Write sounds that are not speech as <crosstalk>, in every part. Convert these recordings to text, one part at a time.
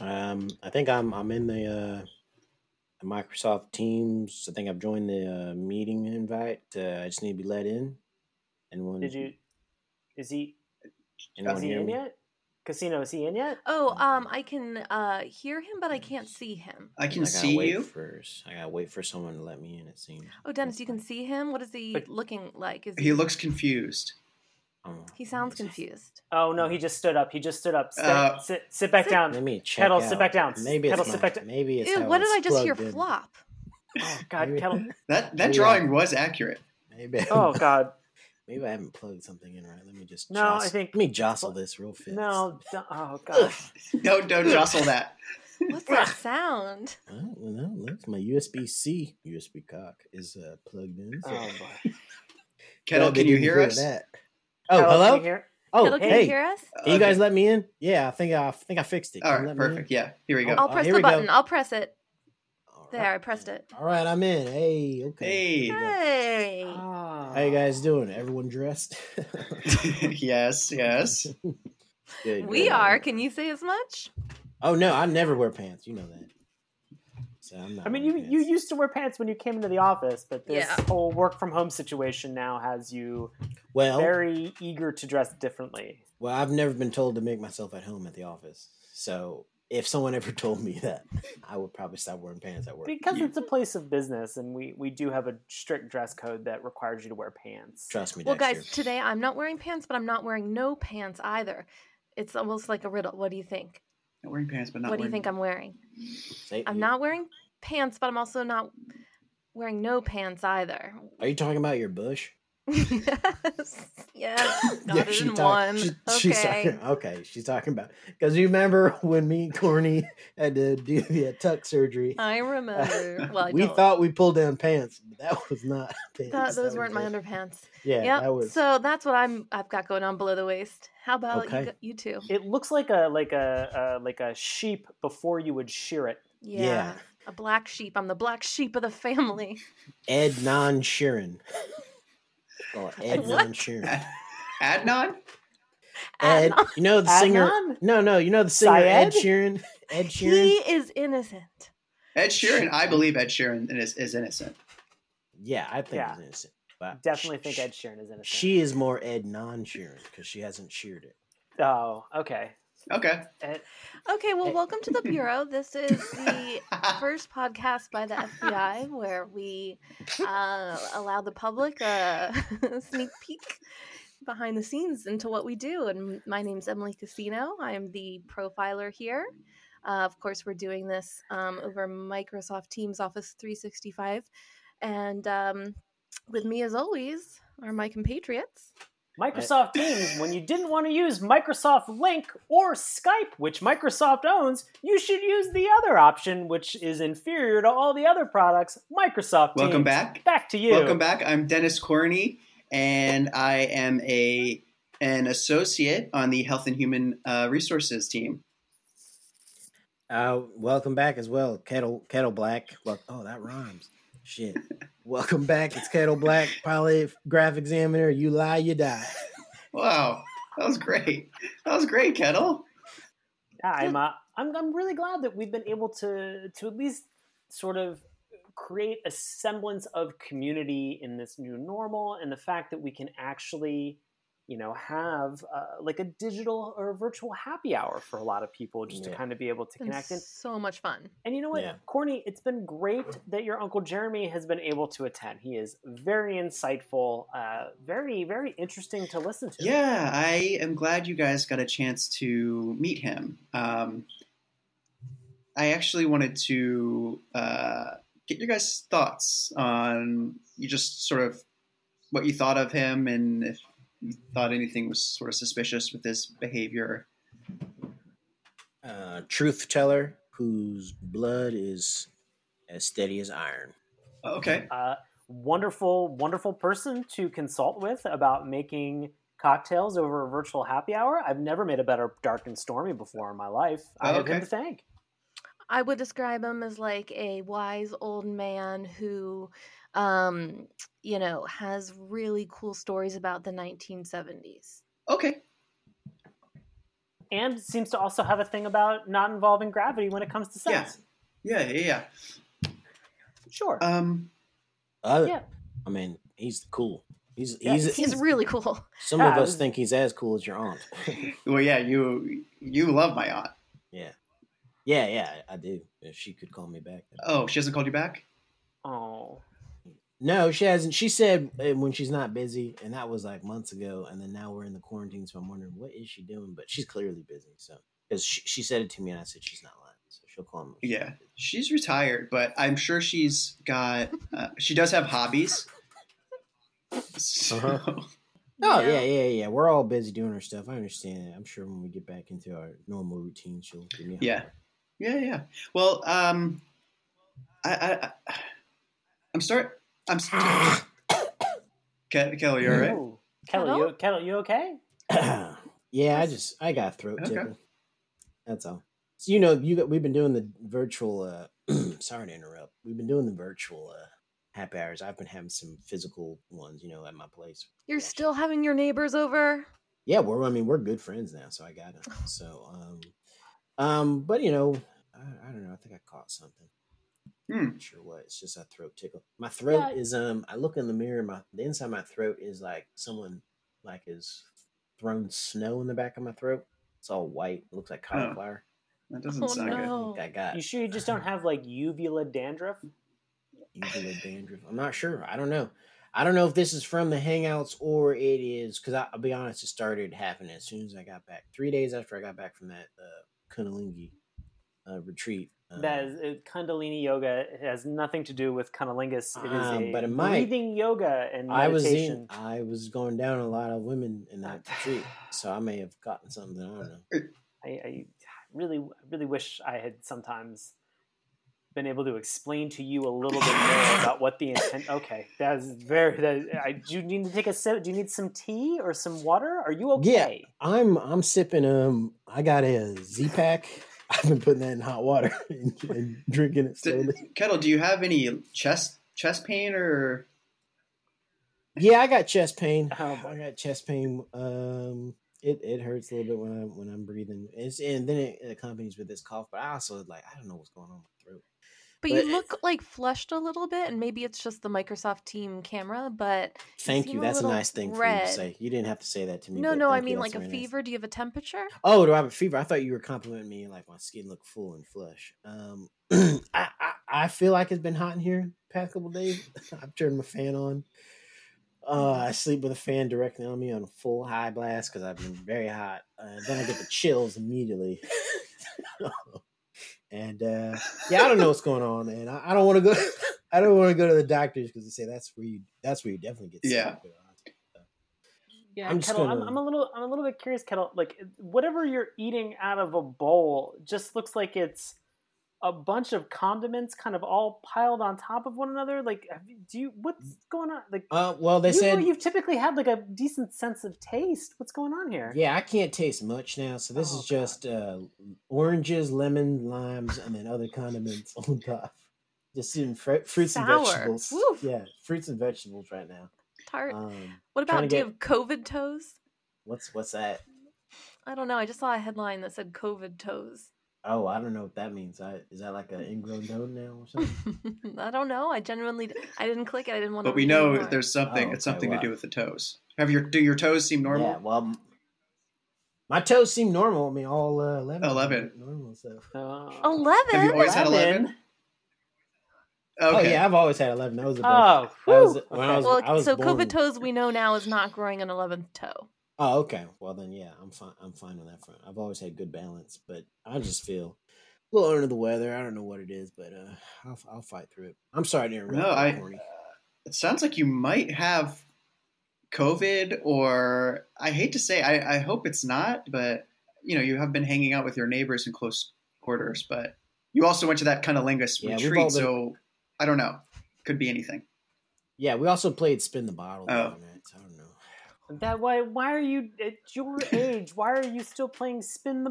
Um, I think I'm I'm in the, uh, the Microsoft Teams. I think I've joined the uh, meeting invite. Uh, I just need to be let in. Anyone? Did you? Is he? anyone is he hear in me? yet? Casino, is he in yet? Oh, um, I can uh hear him, but I can't see him. I I can gotta see wait you. First, I gotta wait for someone to let me in. It seems. Oh, Dennis, you can see him. What is he But- looking like? Is He looks confused. Um, He sounds confused. Oh no, he just stood up. He just stood up. Sit, Uh, sit, sit back sit- Let down. me check. Kettle, out. sit back down. Maybe Kettle, it's sit my, <laughs> back down. Maybe it's Ew, how what did it's I just hear? plugged in. Flop. Oh God, Maybe- Kettle. That that Yeah. drawing was accurate. Maybe. I Oh haven't- God, Maybe I haven't plugged something in right. Let me just. No, I jostle- think- Let me jostle this real fast. no. don't- <laughs> Oh God. Don't don't jostle that. What's that sound? Well, well, no, look, my USB C USB cock is uh, plugged in. Oh so- boy. Kettle, Glad they can you didn't hear us? That. Oh, Kettle, hello. Can you hear? Oh, Kettle, can hey, you hear us? can you guys Uh, Okay. let me in? Yeah, I think I, I think I fixed it. Can All you let right, me in? perfect. Yeah, here we go. I'll Oh, press here the we go. Uh, button. I'll press it. All There, I pressed it. All right, I'm in. Hey, okay. Hey. <laughs> Hey. Ah. How you guys doing? Everyone dressed? <laughs> yes, yes. Good, We good. are. Can you say as much? Oh no, I never wear pants. You know that. So I'm not I mean, you wearing you pants. used to wear pants when you came into the office, but this Yeah. whole work from home situation now has you well, very eager to dress differently. well, I've never been told to make myself at home at the office. So if someone ever <laughs> told me that, I would probably stop wearing pants at work. Because You- it's a place of business, and we, we do have a strict dress code that requires you to wear pants. Trust me, Well, Dexter. guys, today I'm not wearing pants, but I'm not wearing no pants either. It's almost like a riddle. What do you think? Not wearing pants, but not. what do you wearing... think I'm wearing? Say- I'm not wearing pants, but I'm also not wearing no pants either. Are you talking about your bush? <laughs> yes. <laughs> Yes. Got it in talk- one. she- <laughs> She's okay. talking, okay, she's talking about because you remember <laughs> when me and Corny <laughs> had to do the tuck surgery. <laughs> I remember. Well, Uh, I we don't. thought we pulled down pants, but that was not <laughs> pants. That, those That weren't my was- underpants. Yeah, yep. that was. So that's what I'm. I've got going on below the waist. How about Okay. you, g- you two? It looks like a like a uh, like a sheep before you would shear it. Yeah. Yeah. A black sheep. I'm the black sheep of the family. Ed Ednon Sheeran. Or Ednon <laughs> What? Sheeran. <laughs> Ad- Adnan? Ed, Adnan. you know the singer. Adnan? No, no, you know the singer Ed Syed? Sheeran. Ed Sheeran. <laughs> He is innocent. Ed Sheeran. I believe Ed Sheeran is, is innocent. yeah, I think Yeah. he's innocent. But Definitely sh- think sh- Ed Sheeran is innocent. She is more Ed non Sheeran because she hasn't sheared it. Oh, okay. Okay. Ed- Okay. Well, Hey. welcome to the bureau. This is <laughs> the first podcast by the FBI where we uh, allow the public a <laughs> sneak peek behind the scenes into what we do. And my name's Emily Casino. I'm the profiler here. Uh, of course, we're doing this um, over Microsoft Teams Office 365. And um, with me, as always, are my compatriots. Microsoft Teams, when you didn't want to use Microsoft Link or Skype, which Microsoft owns, you should use the other option, which is inferior to all the other products, Microsoft Teams. <laughs> Welcome back. Back to you. Welcome back. I'm Dennis Corney, and I am a an associate on the Health and Human uh, Resources team. Uh, welcome back as well, Kettle Kettle Black. Well, oh, that rhymes. <laughs> Shit. welcome back. It's Kettle Black, polygraph examiner. You lie, you die. Wow, that was great. That was great, Kettle. I'm, uh, I'm I'm really glad that we've been able to to at least sort of create a semblance of community in this new normal, and the fact that we can actually, you know, have uh, like a digital or a virtual happy hour for a lot of people, just Yeah. to kind of be able to It's been connect. And, so much fun. and you know what, Yeah. Corny, it's been great that your uncle Jeremy has been able to attend. He is very insightful, uh, very very interesting to listen to. Yeah, I am glad you guys got a chance to meet him. Um, I actually wanted to uh, get your guys' thoughts on you just sort of what you thought of him and if you thought anything was sort of suspicious with his behavior. Uh, truth teller whose blood is as steady as iron. Okay. uh, wonderful, wonderful person to consult with about making cocktails over a virtual happy hour. I've never made a better dark and stormy before in my life. I have Okay. him to thank. I would describe him as like a wise old man who, um, you know, has really cool stories about the 1970s. Okay. and seems to also have a thing about not involving gravity when it comes to sex. Yeah, yeah, Sure. yeah. Um, Other, Yeah. Uh, I mean, he's cool. He's Yeah, he's, He's really cool. <laughs> some yeah, of I us was- think he's as cool as your aunt. <laughs> well, yeah, you you love my aunt. yeah. Yeah, yeah, I do. If she could call me back. that'd be- Oh, she hasn't called you back. oh. No, she hasn't. She said uh, when she's not busy, and that was like months ago. And then now we're in the quarantine, so I'm wondering what is she doing. But she's clearly busy, so because she, she said it to me, and I said she's not lying, so she'll call me. when she's Yeah. busy. She's retired, but I'm sure she's got. Uh, she does have hobbies. So, Uh-huh. Oh yeah. yeah, Yeah. yeah, yeah. We're all busy doing our stuff. I understand that. I'm sure when we get back into our normal routine, she'll give me. a Yeah. holler. Yeah, yeah. Well, um, I, I, I I'm start. I'm. St- Ke- Kelly, you all right? Ooh. Kelly, you, Kelly, you okay? <clears throat> yeah, I just I got a throat Okay. tickle. That's all. So you know, you got, we've been doing the virtual. uh <clears throat> Sorry to interrupt. We've been doing the virtual uh happy hours. I've been having some physical ones, you know, at my place. You're still having your neighbors over. Yeah, we're I mean we're good friends now, so I got it. So um, um, but you know, I, I don't know. I think I caught something. Hmm. Not sure what. It's just a throat tickle. My throat Yeah. is um. I look in the mirror. My the inside of my throat is like someone like is thrown snow in the back of my throat. It's all white. It looks like cauliflower. That doesn't Oh, sound I good. think I got You sure you just don't have like uvula dandruff? uvula dandruff. I'm not sure. I don't know. I don't know if this is from the Hangouts or it is because I'll be honest, it started happening as soon as I got back. Three days after I got back from that uh, Kundalini uh, retreat. Um, That is, uh, Kundalini yoga It has nothing to do with Kundalingis. It is Um, a but it might. breathing yoga and I was meditation. in, I was going down a lot of women in that retreat, so I may have gotten something. I don't know. I, I really, really wish I had sometimes been able to explain to you a little bit <laughs> more about what the intent. Okay, that is very. That is, I, do you need to take a sip? Do you need some tea or some water? Are you Yeah. okay? I'm I'm sipping. Um, I got a Z pack. <laughs> I've been putting that in hot water <laughs> and, and drinking it slowly. D- Kettle, do you have any chest chest pain or? Yeah, I got chest pain. Oh, I boy. got chest pain. Um, it, it hurts a little bit when I'm when I'm breathing. It's and then it, it accompanies with this cough. But I also like I don't know what's going on with my throat. But, But- you look like flushed a little bit, and maybe it's just the Microsoft Team camera. But Thank seem you. a That's a little nice thing for you red. to say. You didn't have to say that to me. no, but no, I thank you, mean that's like a very nice. fever. Do you have a temperature? Oh, do I have a fever? I thought you were complimenting me like my skin looked full and flush. Um, <clears throat> I, I I feel like it's been hot in here the past couple days. <laughs> I've turned my fan on. Uh, I sleep with a fan directly on me on a full high blast because I've been very hot. Uh, then I get the chills immediately. <laughs> and uh, yeah, I don't know what's going on, man. I, I don't want to go. <laughs> I don't want to go to the doctors because they say that's where you. That's where you definitely get sick. Yeah. Yeah, I'm just Kettle, I'm, gonna- I'm a little, I'm a little bit curious, Kettle. Like, whatever you're eating out of a bowl just looks like it's a bunch of condiments, kind of all piled on top of one another. Like, have you- do you? Mm. What's going on? Like, Uh, well, they you said know, you've typically had like a decent sense of taste. What's going on here? Yeah, I can't taste much now, so this Oh, is just uh, oranges, lemon, limes, and then other condiments <laughs> on top. Just eating fr- fruits Sour. and vegetables. Woof. Yeah, fruits and vegetables right now. Tart. Um, what trying about to do you have COVID toes? what's what's that? I don't know. I just saw a headline that said COVID toes. Oh, I don't know what that means. I, is that like an ingrown node now or something? <laughs> I don't know. I genuinely, I didn't click it. I didn't want to. But we read know anymore. there's something. Oh, it's something okay, to do wow. with the toes. Have your do your toes seem normal? Yeah. Well, m- my toes seem normal. I mean, all uh, eleven. of them 11. look Normal. So. Oh. eleven. Have you always had eleven? Oh Okay. yeah, I've always had eleven. That was a birthday. Oh, That was whew. it. When I Okay. was- well, so born COVID with- toes we know now is not growing an eleventh toe. Oh, okay. Well, then, yeah, I'm fine. I'm fine on that front. I've always had good balance, but I just feel a little under the weather. I don't know what it is, but uh, I'll I'll fight through it. I'm sorry to interrupt. No, you, I- Corny. It sounds like you might have COVID, or I hate to say, I, I hope it's not, but you know, you have been hanging out with your neighbors in close quarters, but you also went to that Cunnilingus Yeah, we've retreat, all been- so I don't know. Could be anything. <sighs> Yeah, we also played spin the bottle the Oh. other night. So I don't know. That why? Why are you at <coughs> your age? Why are you still playing spin the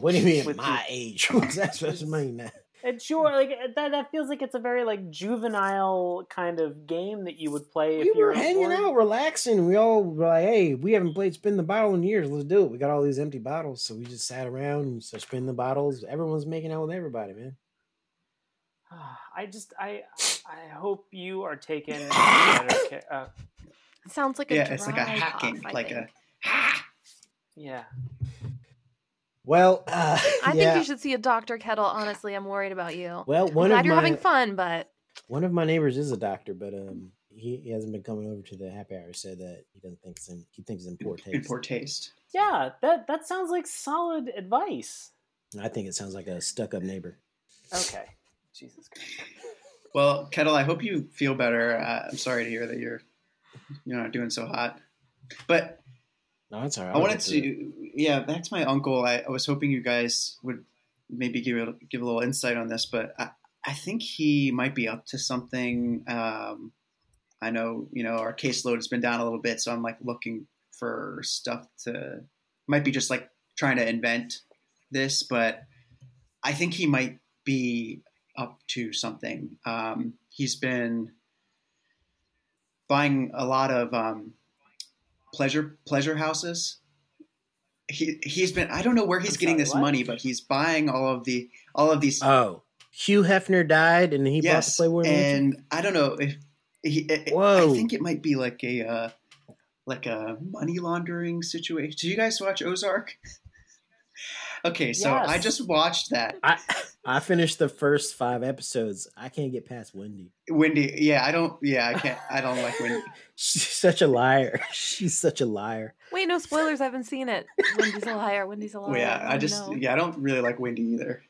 <laughs> What do you mean With my age? What's that supposed to mean? And sure, like that, that feels like it's a very like juvenile kind of game that you would play We if you're were hanging out, relaxing. We all were like, hey, we haven't played Spin the Bottle in years. Let's do it. We got all these empty bottles. So we just sat around and so spin the bottles. Everyone's making out with everybody, man. <sighs> I just I I hope you are <coughs> taken better care. Uh, It sounds like a yeah, it's like a dry hacking, cough, I like think. a ha. yeah, Well, uh, <laughs> I yeah. think you should see a doctor, Kettle. Honestly, I'm worried about you. Well, I'm one glad of you're my having fun, but one of my neighbors is a doctor, but um, he, he hasn't been coming over to the happy hour. He said that he doesn't think it's in, he thinks it's in poor In taste. poor taste. yeah. That that sounds like solid advice. I think it sounds like a stuck up neighbor. Okay, Jesus Christ. Well, Kettle, I hope you feel better. Uh, I'm sorry to hear that you're you're not doing so hot. But No, that's all right. I I'll wanted get through it. to, yeah, back to my uncle. I, I was hoping you guys would maybe give a, give a little insight on this, but I, I think he might be up to something. Um, I know, you know, our caseload has been down a little bit, so I'm like looking for stuff to, might be just like trying to invent this, but I think he might be up to something. Um, he's been buying a lot of um, pleasure pleasure houses. He he's been I don't know where he's I'm getting sorry, this what? money, but he's buying all of the all of these. Oh, Hugh Hefner died, and he bought the yes, Playboy Mansion. and I don't know if he, I- I- Whoa. I think it might be like a uh, like a money laundering situation. Do you guys watch Ozark? <laughs> okay, so Yes. I just watched that. I I finished the first five episodes. I can't get past Wendy. Wendy, yeah, I don't, yeah, I can't, I don't like <laughs> Wendy. She's such a liar. <laughs> She's such a liar. wait, no spoilers. I haven't seen it. Wendy's a liar. Wendy's a liar. Well, yeah, I Oh, just no. yeah, I don't really like Wendy either.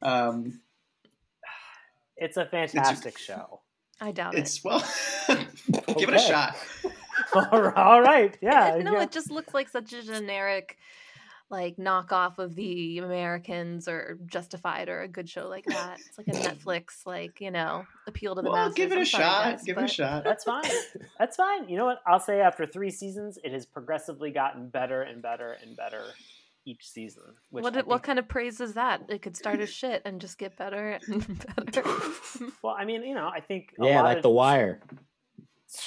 Um, It's a fantastic show. I doubt it. it's well, <laughs> give it a Okay. shot. All right, <laughs> all <laughs> right. yeah. no, yeah. it just looks like such a generic like knockoff of the Americans or Justified or a good show like that. It's like a Netflix like, you know, appeal to the Well, masses. give it I'm a sorry, shot. guys, give it a but- shot. That's fine. That's fine. You know what? I'll say after three seasons, it has progressively gotten better and better and better each season. Which What I what think- kind of praise is that? It could start as shit and just get better and <laughs> <laughs> better. Well, I mean, you know, I think a Yeah, lot like of- The Wire.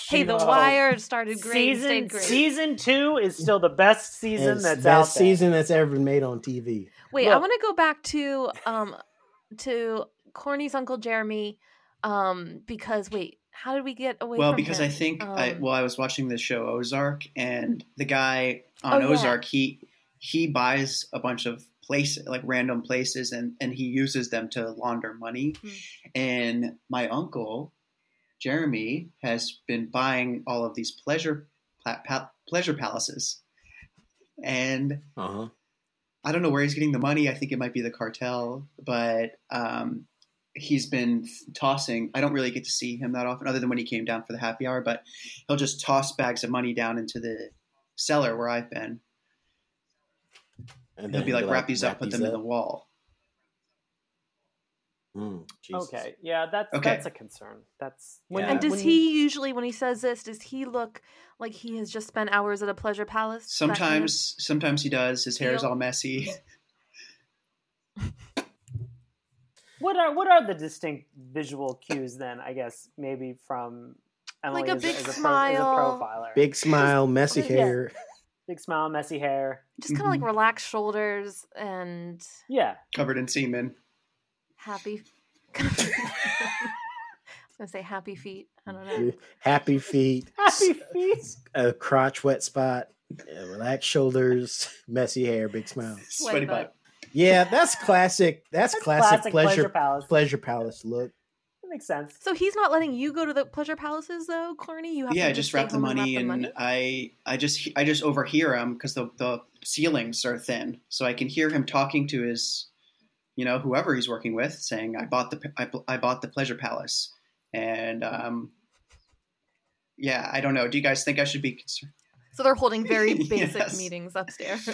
hey, The Well, Wire started great, and Season stayed great. season two is still the best season It's that's the out best season that's ever been made on TV. Wait, I Look. want to go back to um to Corny's uncle Jeremy um because wait, how did we get away Well, from because him? I think I Um, well, I was watching the show Ozark, and the guy Oh, on yeah. Ozark, he he buys a bunch of places, like random places, and and he uses them to launder money. Mm. And my uncle Jeremy has been buying all of these pleasure pla- pa- pleasure palaces, and Uh Uh-huh. huh. I don't know where he's getting the money. I think it might be the cartel, but um, he's been f- tossing. I don't really get to see him that often, other than when he came down for the happy hour. But he'll just toss bags of money down into the cellar where I've been. And He'll be like, "Wrap these up, put them in the up." wall." Mm, Jesus. Okay, yeah, that's Okay. that's a concern. That's Yeah. And Uh, does when- he usually, when he says this, does he look like he has just spent hours at a pleasure palace? Does that mean- Sometimes, sometimes he does. His hair is Feel- all messy. <laughs> What are what are the distinct visual cues then? I guess maybe from Emily Like a as, big as pro- as smile. a profiler, Big smile, messy Yeah. hair. big smile, messy hair. just kind of mm-hmm. like relaxed shoulders and Yeah, covered in semen. happy. <laughs> <laughs> I was gonna say happy feet. I don't know. Happy feet. happy feet. A crotch wet spot. uh, Relaxed shoulders. <laughs> Messy hair. Big smile. Sweaty butt. Yeah, that's classic. <laughs> That's, That's classic, pleasure palace. pleasure palace look. That makes sense. So he's not letting you go to the pleasure palaces, though, Corny. You have Yeah, to I just stay wrap the home and money, and, wrap I I just I just overhear him because the the ceilings are thin, so I can hear him talking to his, you know, whoever he's working with, saying, "I bought the I, bu- I bought the pleasure palace," and um, yeah, I don't know. Do you guys think I should be concerned? So they're holding <laughs> very basic Yes. meetings <laughs> upstairs.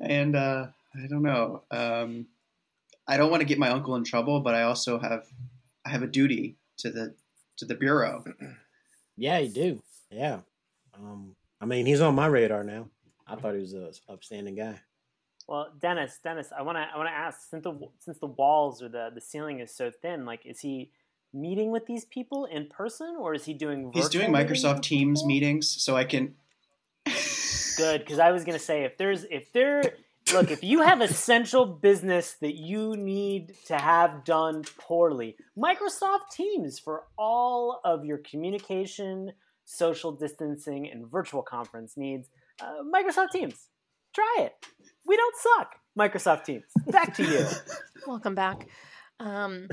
And uh, I don't know. Um, I don't want to get my uncle in trouble, but I also have I have a duty to the to the bureau. Yeah, you do. Yeah. Um, I mean, he's on my radar now. I thought he was a upstanding guy. Well, Dennis, Dennis, I want to I want to ask since the since the walls or the the ceiling is so thin, like is he meeting with these people in person or is he doing He's doing virtual meetings Microsoft with Teams people? meetings, so I can. Good, because I was gonna say if there's if there look if you have essential business that you need to have done poorly, Microsoft Teams for all of your communication, social distancing, and virtual conference needs. Uh, Microsoft Teams, try it. We don't suck. Microsoft Teams, back to you. Welcome back. Um,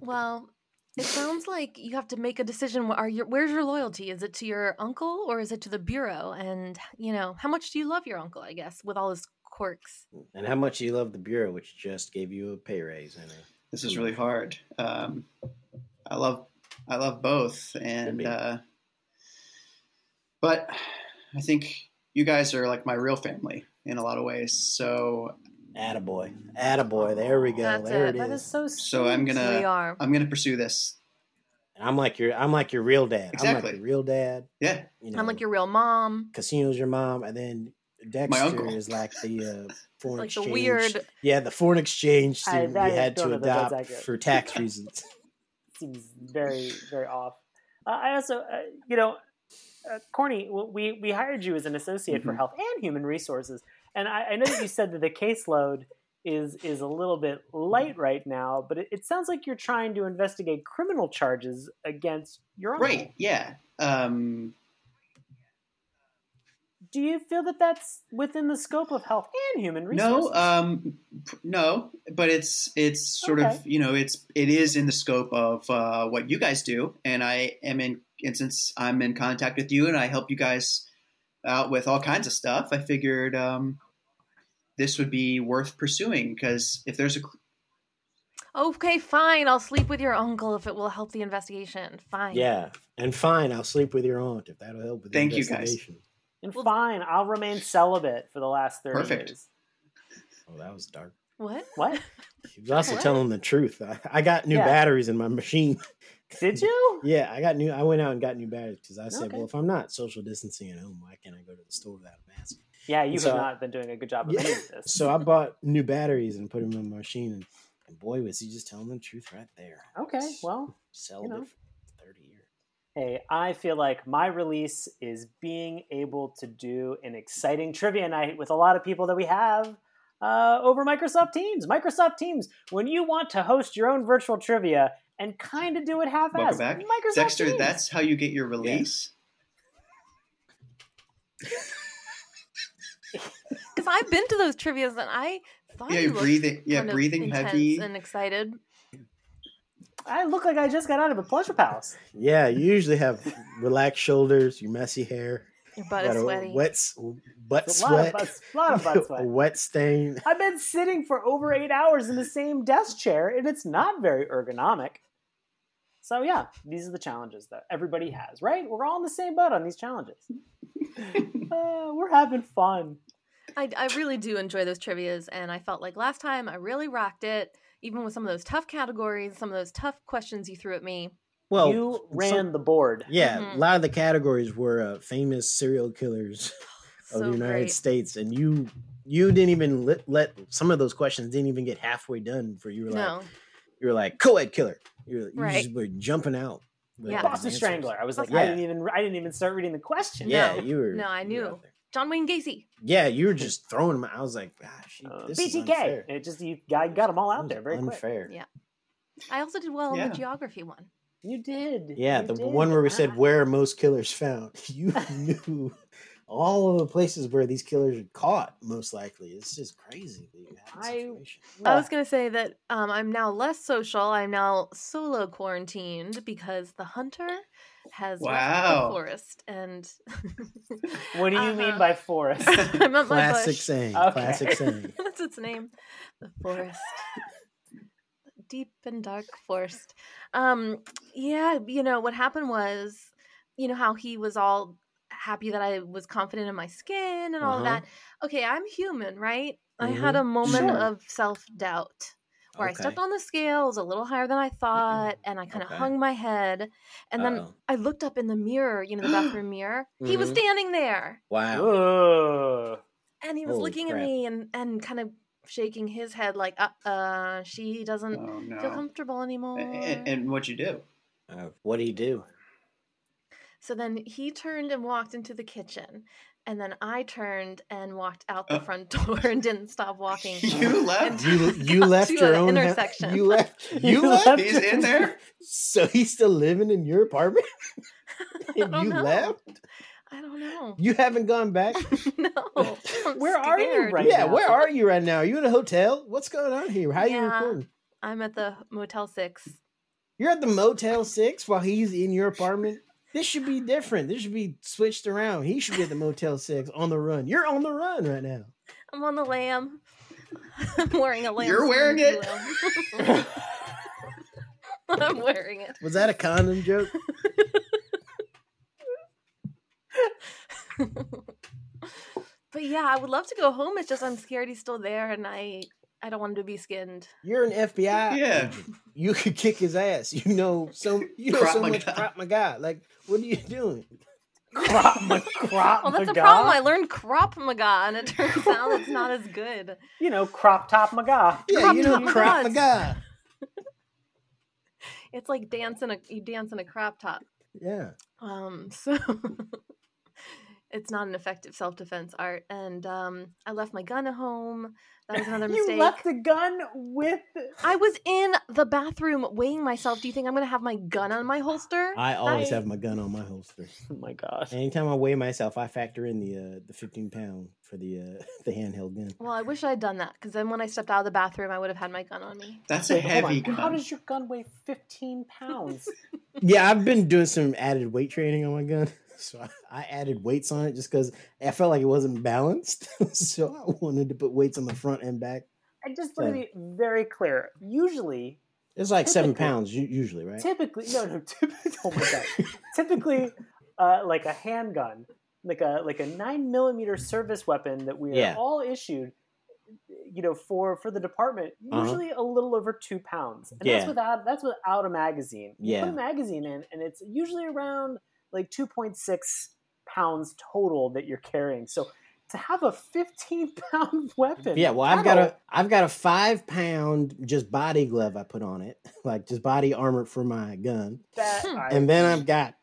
well, it sounds like you have to make a decision. Wh- Are your, where's your loyalty? Is it to your uncle or is it to the bureau? And you know, how much do you love your uncle? I guess with all his quirks. And how much you love the bureau, which just gave you a pay raise and a This is really hard. Um, I love, I love both, and be. uh, but I think you guys are like my real family in a lot of ways. So attaboy. Attaboy. There we go. That's there it. it That is. is so. So I'm sweet. gonna- we are. I'm gonna pursue this. And I'm like your I'm like your real dad. I'm Exactly. like your real dad. Yeah, You know, I'm like your real mom. casino's your mom, and then Dexter uncle. is like the uh, <laughs> foreign Like the exchange. weird. Yeah, the foreign exchange I- student that we is- had don't to know that that's adopt accurate. for <laughs> tax reasons. seems very very off. Uh, I also, uh, you know, uh, Corny, w- we we hired you as an associate for Mhm. health and human resources, and I, I know that you said that the caseload is is a little bit light right now, but it, it sounds like you're trying to investigate criminal charges against your uncle. right. Yeah. Um, Do you feel that that's within the scope of health and human resources? No, um, p- no, but it's it's sort of Okay. you know it's it is in the scope of uh, what you guys do, and I am in and since I'm in contact with you and I help you guys out with all kinds of stuff, I figured um, this would be worth pursuing because if there's a cr- Okay, fine. I'll sleep with your uncle if it will help the investigation. Fine. yeah, and fine, I'll sleep with your aunt if that'll help with the Thank you, guys. investigation. and well- fine, I'll remain celibate for the last thirty Perfect. years. Oh, that was dark. What? What He was also What? telling the truth. I, I got new Yeah. batteries in my machine. <laughs> did you? Yeah, I got new. I went out and got new batteries because I said, Okay. well, if I'm not social distancing at home, why can't I go to the store without a mask? Yeah, you So- have not been doing a good job of Yeah. any of this. So I bought new batteries and put them in my machine, and, and boy, was he just telling the truth right there. Okay, well, sold know. it for thirty years. Hey, I feel like my release is being able to do an exciting trivia night with a lot of people that we have uh, over Microsoft Teams. Microsoft Teams, when you want to host your own virtual trivia and kind of do it half welcome assed, back, Microsoft Dexter, Teams. that's how you get your release. Because I've been to those trivia's and I thought Yeah, you you're looked breathing. Yeah, kind of breathing intense heavy. and excited. I look like I just got out of a pleasure palace. Yeah, you usually have relaxed shoulders, your messy hair, Your butt got is a sweaty. wet s- butt It's a lot of sweat, butt, lot of <laughs> butt Oh, sweat. <laughs> a wet stain. I've been sitting for over eight hours in the same desk chair, and it's not very ergonomic. So yeah, these are the challenges that everybody has, right? We're all in the same boat on these <laughs> challenges. Uh, we're having fun. I, I really do enjoy those trivias, and I felt like last time I really rocked it, even with some of those tough categories, some of those tough questions you threw at me. Well, you some- ran the board. yeah, Mhm. a lot of the categories were uh, famous serial killers <laughs> of So the United great. States, and you you didn't even let, let some of those questions didn't even get halfway done. For you were like No, you were like co-ed killer. You, were, you Right. just were jumping out. with Yeah. all these Boston answers. Strangler. I was like, I Yeah. didn't even I didn't even start reading the question. Yeah, No. you were. No, I you were knew. out there. John Wayne Gacy. Yeah, you were just throwing them. out. I was like, gosh, Uh, this is BTK. unfair. It just you got, got them all out This there is very quick. unfair. Yeah. I also did well on Yeah. the geography one. You did. Yeah, You the did. one where we Ah. said where are most killers found. <laughs> You knew all of the places where these killers are caught, most likely. It's just crazy that you have this I- information. I was going to say that um, I'm now less social. I'm now solo quarantined because the hunter has left Wow. the forest, <laughs> and <laughs> what do you mean Uh-huh. <laughs> by forest? I'm at my Classic bush. saying. Okay. Classic saying. <laughs> <laughs> That's its name. The forest. Deep and dark forest. Um, yeah, you know, what happened was, you know, how he was all happy that I was confident in my skin and all of Uh-huh. that. Okay, I'm human, right? I had a moment Sure. of self doubt where I stepped Okay. on the scales a little higher than I thought and I kind of Okay. hung my head. And then Uh-oh. I looked up in the mirror, you know, the bathroom mirror. He was Mhm. standing there. Wow. Whoa. and he was Holy looking crap. at me and and kind of shaking his head like uh, uh she doesn't Oh no. feel comfortable anymore and, and what you do? Uh, what do you do? so then he turned and walked into the kitchen and then i turned and walked out the Uh. front <laughs> door and didn't stop walking <laughs> You left. <laughs> And- You you Got left to your an own hou- intersection. You <laughs> left. You You left. left. He's in there. So he's still living in your apartment. <laughs> I And don't you know. left. i don't <laughs> know <laughs> You haven't gone back. no I'm Where are you scared. right yeah, now. where are you right now? Are you in a hotel? What's going on here? How you Yeah. recording? i'm at the motel six You're at the Motel Six while he's in your apartment. This should be different. This should be switched around. He should be at the Motel Six on the run. You're on the run right now. i'm on the lamb <laughs> i'm wearing a lamb You're wearing if you it? will. <laughs> i'm wearing it Was that a condom joke? but yeah, I would love to go home. It's just I'm scared he's still there, and I I don't want him to be skinned. You're an <laughs> FBI. Yeah. agent. You could kick his ass. You know so you know Krav so much Maga. crap my guy. Like, what are you doing? <laughs> Crop, my crop, Well, Oh, that's Oh my a problem. God. I learned crop maga, <laughs> and it turns out it's not as good. you know, crop top maga. Yeah, Krav you know Maga. crap my guy. It's like dance in a you dance in a crop top. Yeah. Um, <laughs> so it's not an effective self defense art. And um, I left my gun at home. That was another <laughs> You mistake. left a gun with. I was in the bathroom weighing myself. Do you think I'm gonna have my gun on my holster? I always I- have my gun on my holster. Oh my gosh. Anytime I weigh myself, I factor in the uh, the 15 pound for the uh, <laughs> the handheld gun. well, I wish I had done that because then when I stepped out of the bathroom, I would have had Oh my gun on me. That's a Wait, hold on. heavy Oh How gun. does your gun weigh 15 <laughs> pounds? Yeah, I've been doing some added weight training on my gun, <laughs> so I, I added weights on it just because I felt like it wasn't balanced. <laughs> so I wanted to put weights on the front and back. I just want to be very clear. Usually, It's like seven Typically- pounds u- usually, right? typically, no, <laughs> no, typically, oh my God. typically, uh, like a handgun, like a like a nine millimeter service weapon that we are Yeah. all issued, you know, for for the department, Uh-huh. usually a little over two pounds, and Yeah. that's without that's without a magazine. You Yeah. put a magazine in, and it's usually around like two point six pounds total that you're carrying. So. To have a 15 pound <laughs> <laughs> weapon. Yeah, well, I've got that'll- a I've got a five pound just body glove I put on it, <laughs> like just body armor for my gun, that Hmm. I- and then I've got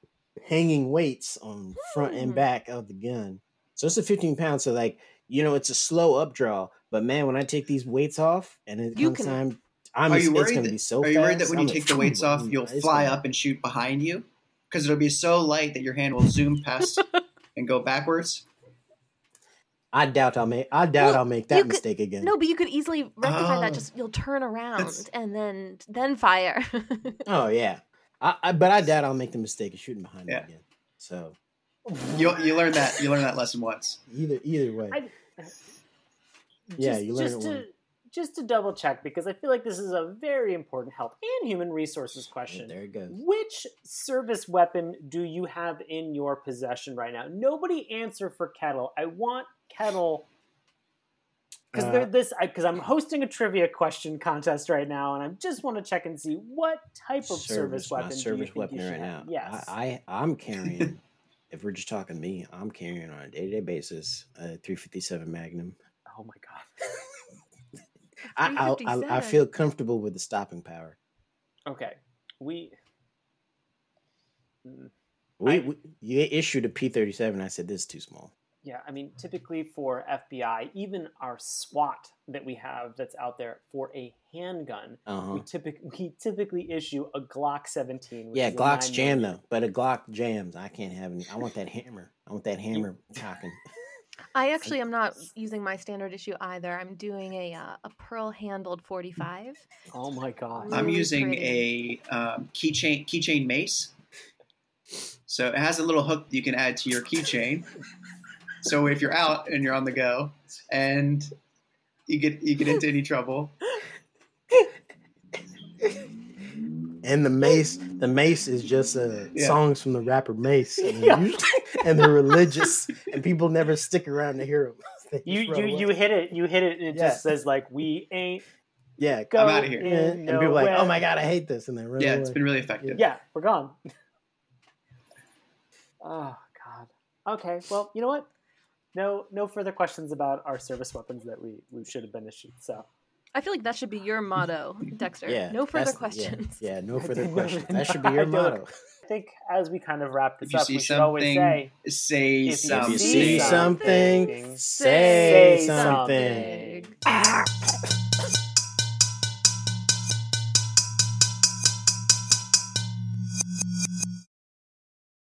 hanging weights on front and Hmm. back of the gun. So it's a fifteen pound. So like you know, it's a slow updraw, but man, when I take these weights off and it You comes can- time, I'm Are it's you worried? gonna that- be so. are you worried that fast, when you I'm a- take the weights off, you'll <laughs> it's fly gonna- up and shoot behind you? Because it'll be so light that your hand will zoom <laughs> past and go backwards. I doubt I'll make. I doubt Well, I'll make you that could- mistake again. No, but you could easily rectify Oh. that. Just you'll turn around That's- and then then fire. <laughs> Oh yeah, I, I but I doubt I'll make the mistake of shooting behind Yeah. it again. So You you learn that you learn that lesson once. either either way, I- <laughs> Yeah, you learn just it to, one. Just to double check, because I feel like this is a very important health and human resources question. there it goes. Which service weapon do you have in your possession right now? Nobody answer for kettle. I want kettle because Uh, they're this because I'm hosting a trivia question contest right now, and I just want to check and see what type of service, my weapon do you service think weapon you should right now. have. Yes, I, I I'm <laughs> carrying. if we're just talking me, I'm carrying on a day to day basis a 357 Magnum. oh my god. I, I, I I 357. feel comfortable with the stopping power. Okay, we. Mm. We, I- we you issued a P37. I said this is too small. Yeah, I mean, typically for FBI, even our SWAT that we have that's out there for a handgun, Uh huh. we, typic- <laughs> we typically issue a Glock 17. Which Yeah, is a Glock's nine jam millimeter. though, but a Glock jams. I can't have any. I want that hammer. I want that hammer cocking. I actually am not using my standard issue either. I'm doing a uh, a pearl handled 45. Oh my god! Um, I'm Really using pretty. a um, keychain keychain mace. So it has a little hook you can add to your keychain. So if you're out and you're on the go, and you get you get into any trouble, And the mace, the mace is just uh, Yeah. songs from the rapper Mace, <laughs> and they're, Yeah. usually, <laughs> and they're religious, and people never stick around to <laughs> hear them. you you you hit it, you hit it, and it Yeah. just says like, "We <laughs> ain't yeah, going outta here. yeah. and in people are like, nowhere." oh my god, I hate this, and they run yeah, away. it's been really effective. Yeah, we're gone. <laughs> oh god. Okay, well, you know what? no no further questions about our service weapons that we, we should have been issued. So I feel like that should be your <laughs> motto, Dexter. Yeah, no further that's- questions. <laughs> Yeah, yeah, no <laughs> I further think- questions. That should be your <laughs> I feel like- motto. I think as we kind of wrap this If you up, see we should always something, say Say If you If something. you see something, something, something, say say something. something.